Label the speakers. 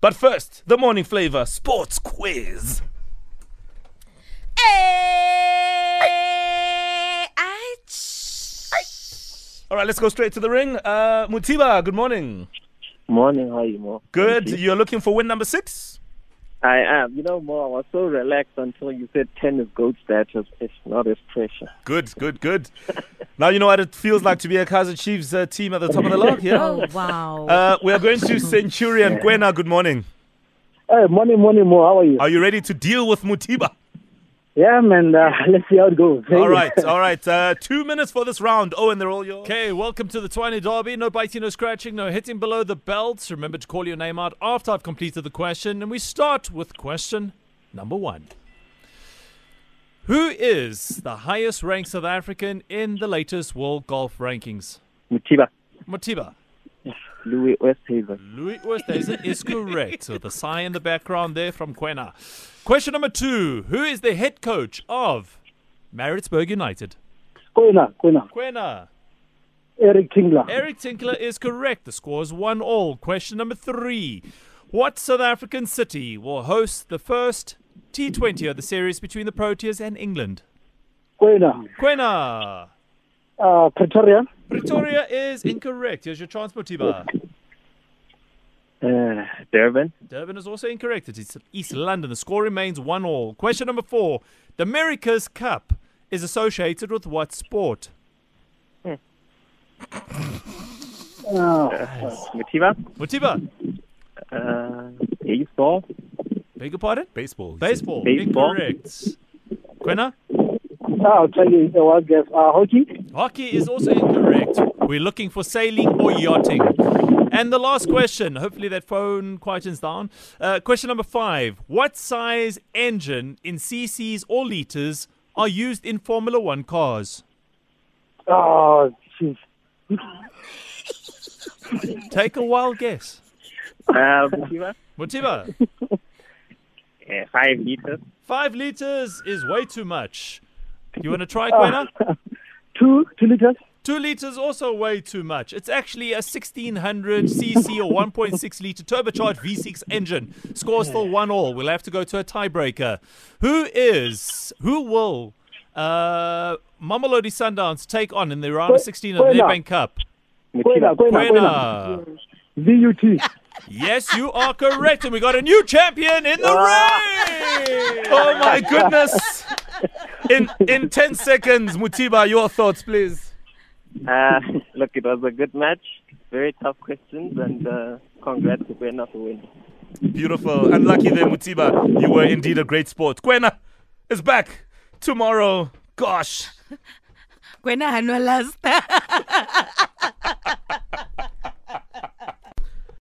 Speaker 1: But first, the morning flavor sports quiz.
Speaker 2: Hey, ouch.
Speaker 1: All right, let's go straight to the ring. Uh, Mutiba, good morning.
Speaker 3: Morning, how are you, Mo?
Speaker 1: Good.
Speaker 3: Thank you.
Speaker 1: You're looking for win number six?
Speaker 3: I am. You know, Mo, I was so relaxed until you said tennis goat status. It's not as pressure.
Speaker 1: Good, good, good. now you know what it feels like to be a Kaiser Chiefs uh, team at the top of the log. Yeah.
Speaker 2: Oh wow.
Speaker 1: Uh, we are going to Centurion. Gwena, good morning.
Speaker 3: Hey, morning, morning, Mo. How are you?
Speaker 1: Are you ready to deal with Mutiba?
Speaker 3: yeah, man. Uh, let's see how it goes.
Speaker 1: All right, all right. Uh, two minutes for this round. Oh, and they're all yours.
Speaker 4: Okay, welcome to the Twiny Derby. No biting, no scratching, no hitting below the belt. Remember to call your name out after I've completed the question. And we start with question number one Who is the highest ranked South African in the latest World Golf Rankings?
Speaker 3: Mutiba,
Speaker 4: Motiba.
Speaker 3: Louis Westhaven.
Speaker 4: Louis Oosthuizen is correct. So the sigh in the background there from Quena. Question number two Who is the head coach of Maritzburg United?
Speaker 3: Koina, Koina.
Speaker 4: Quena.
Speaker 3: Eric Tingler.
Speaker 4: Eric Tinkler is correct. The score is one all. Question number three. What South African city will host the first T20 of the series between the Proteas and England?
Speaker 3: Koina.
Speaker 4: Quena.
Speaker 3: Uh, Pretoria.
Speaker 4: Pretoria is incorrect. Here's your chance, Motiba.
Speaker 3: Uh, Durban.
Speaker 4: Durban is also incorrect. It is East London. The score remains one all. Question number four. The America's Cup is associated with what sport?
Speaker 3: Mutiba.
Speaker 4: Motiba.
Speaker 3: Uh, baseball.
Speaker 4: Beg your pardon?
Speaker 1: Baseball.
Speaker 4: Baseball.
Speaker 3: Baseball.
Speaker 4: Incorrect. Quena?
Speaker 3: Ah, I'll tell you the wild guess. Uh, hockey.
Speaker 4: Hockey is also incorrect. We're looking for sailing or yachting. And the last question. Hopefully that phone quietens down. Uh, question number five. What size engine in cc's or liters are used in Formula One cars?
Speaker 3: Oh, jeez.
Speaker 4: Take a wild guess.
Speaker 3: Uh, Mutiba.
Speaker 4: Motiba,
Speaker 3: Uh, five liters.
Speaker 4: five liters is way too much. You want to try, Quena?
Speaker 3: Two, two liters.
Speaker 4: Two liters also way too much. It's actually a 1600 cc or 1.6 liter turbocharged V6 engine. Score still one all. We'll have to go to a tiebreaker. Who is? Who will? Uh, Mamelodi Sundowns take on in the round of 16 of the
Speaker 3: Kwena.
Speaker 4: Nedbank Cup.
Speaker 3: Koina, Koina, Koina.
Speaker 4: Winner.
Speaker 3: V-U-T.
Speaker 4: Yes, you are correct, and we got a new champion in the ring.
Speaker 1: Oh my goodness! In in ten seconds, Mutiba, your thoughts, please.
Speaker 3: Uh, look, it was a good match. Very tough questions, and uh, congrats to Buena for winning.
Speaker 1: Beautiful. Unlucky there, Mutiba. You were indeed a great sport. Gwena is back tomorrow. Gosh.
Speaker 2: Gwena had no last.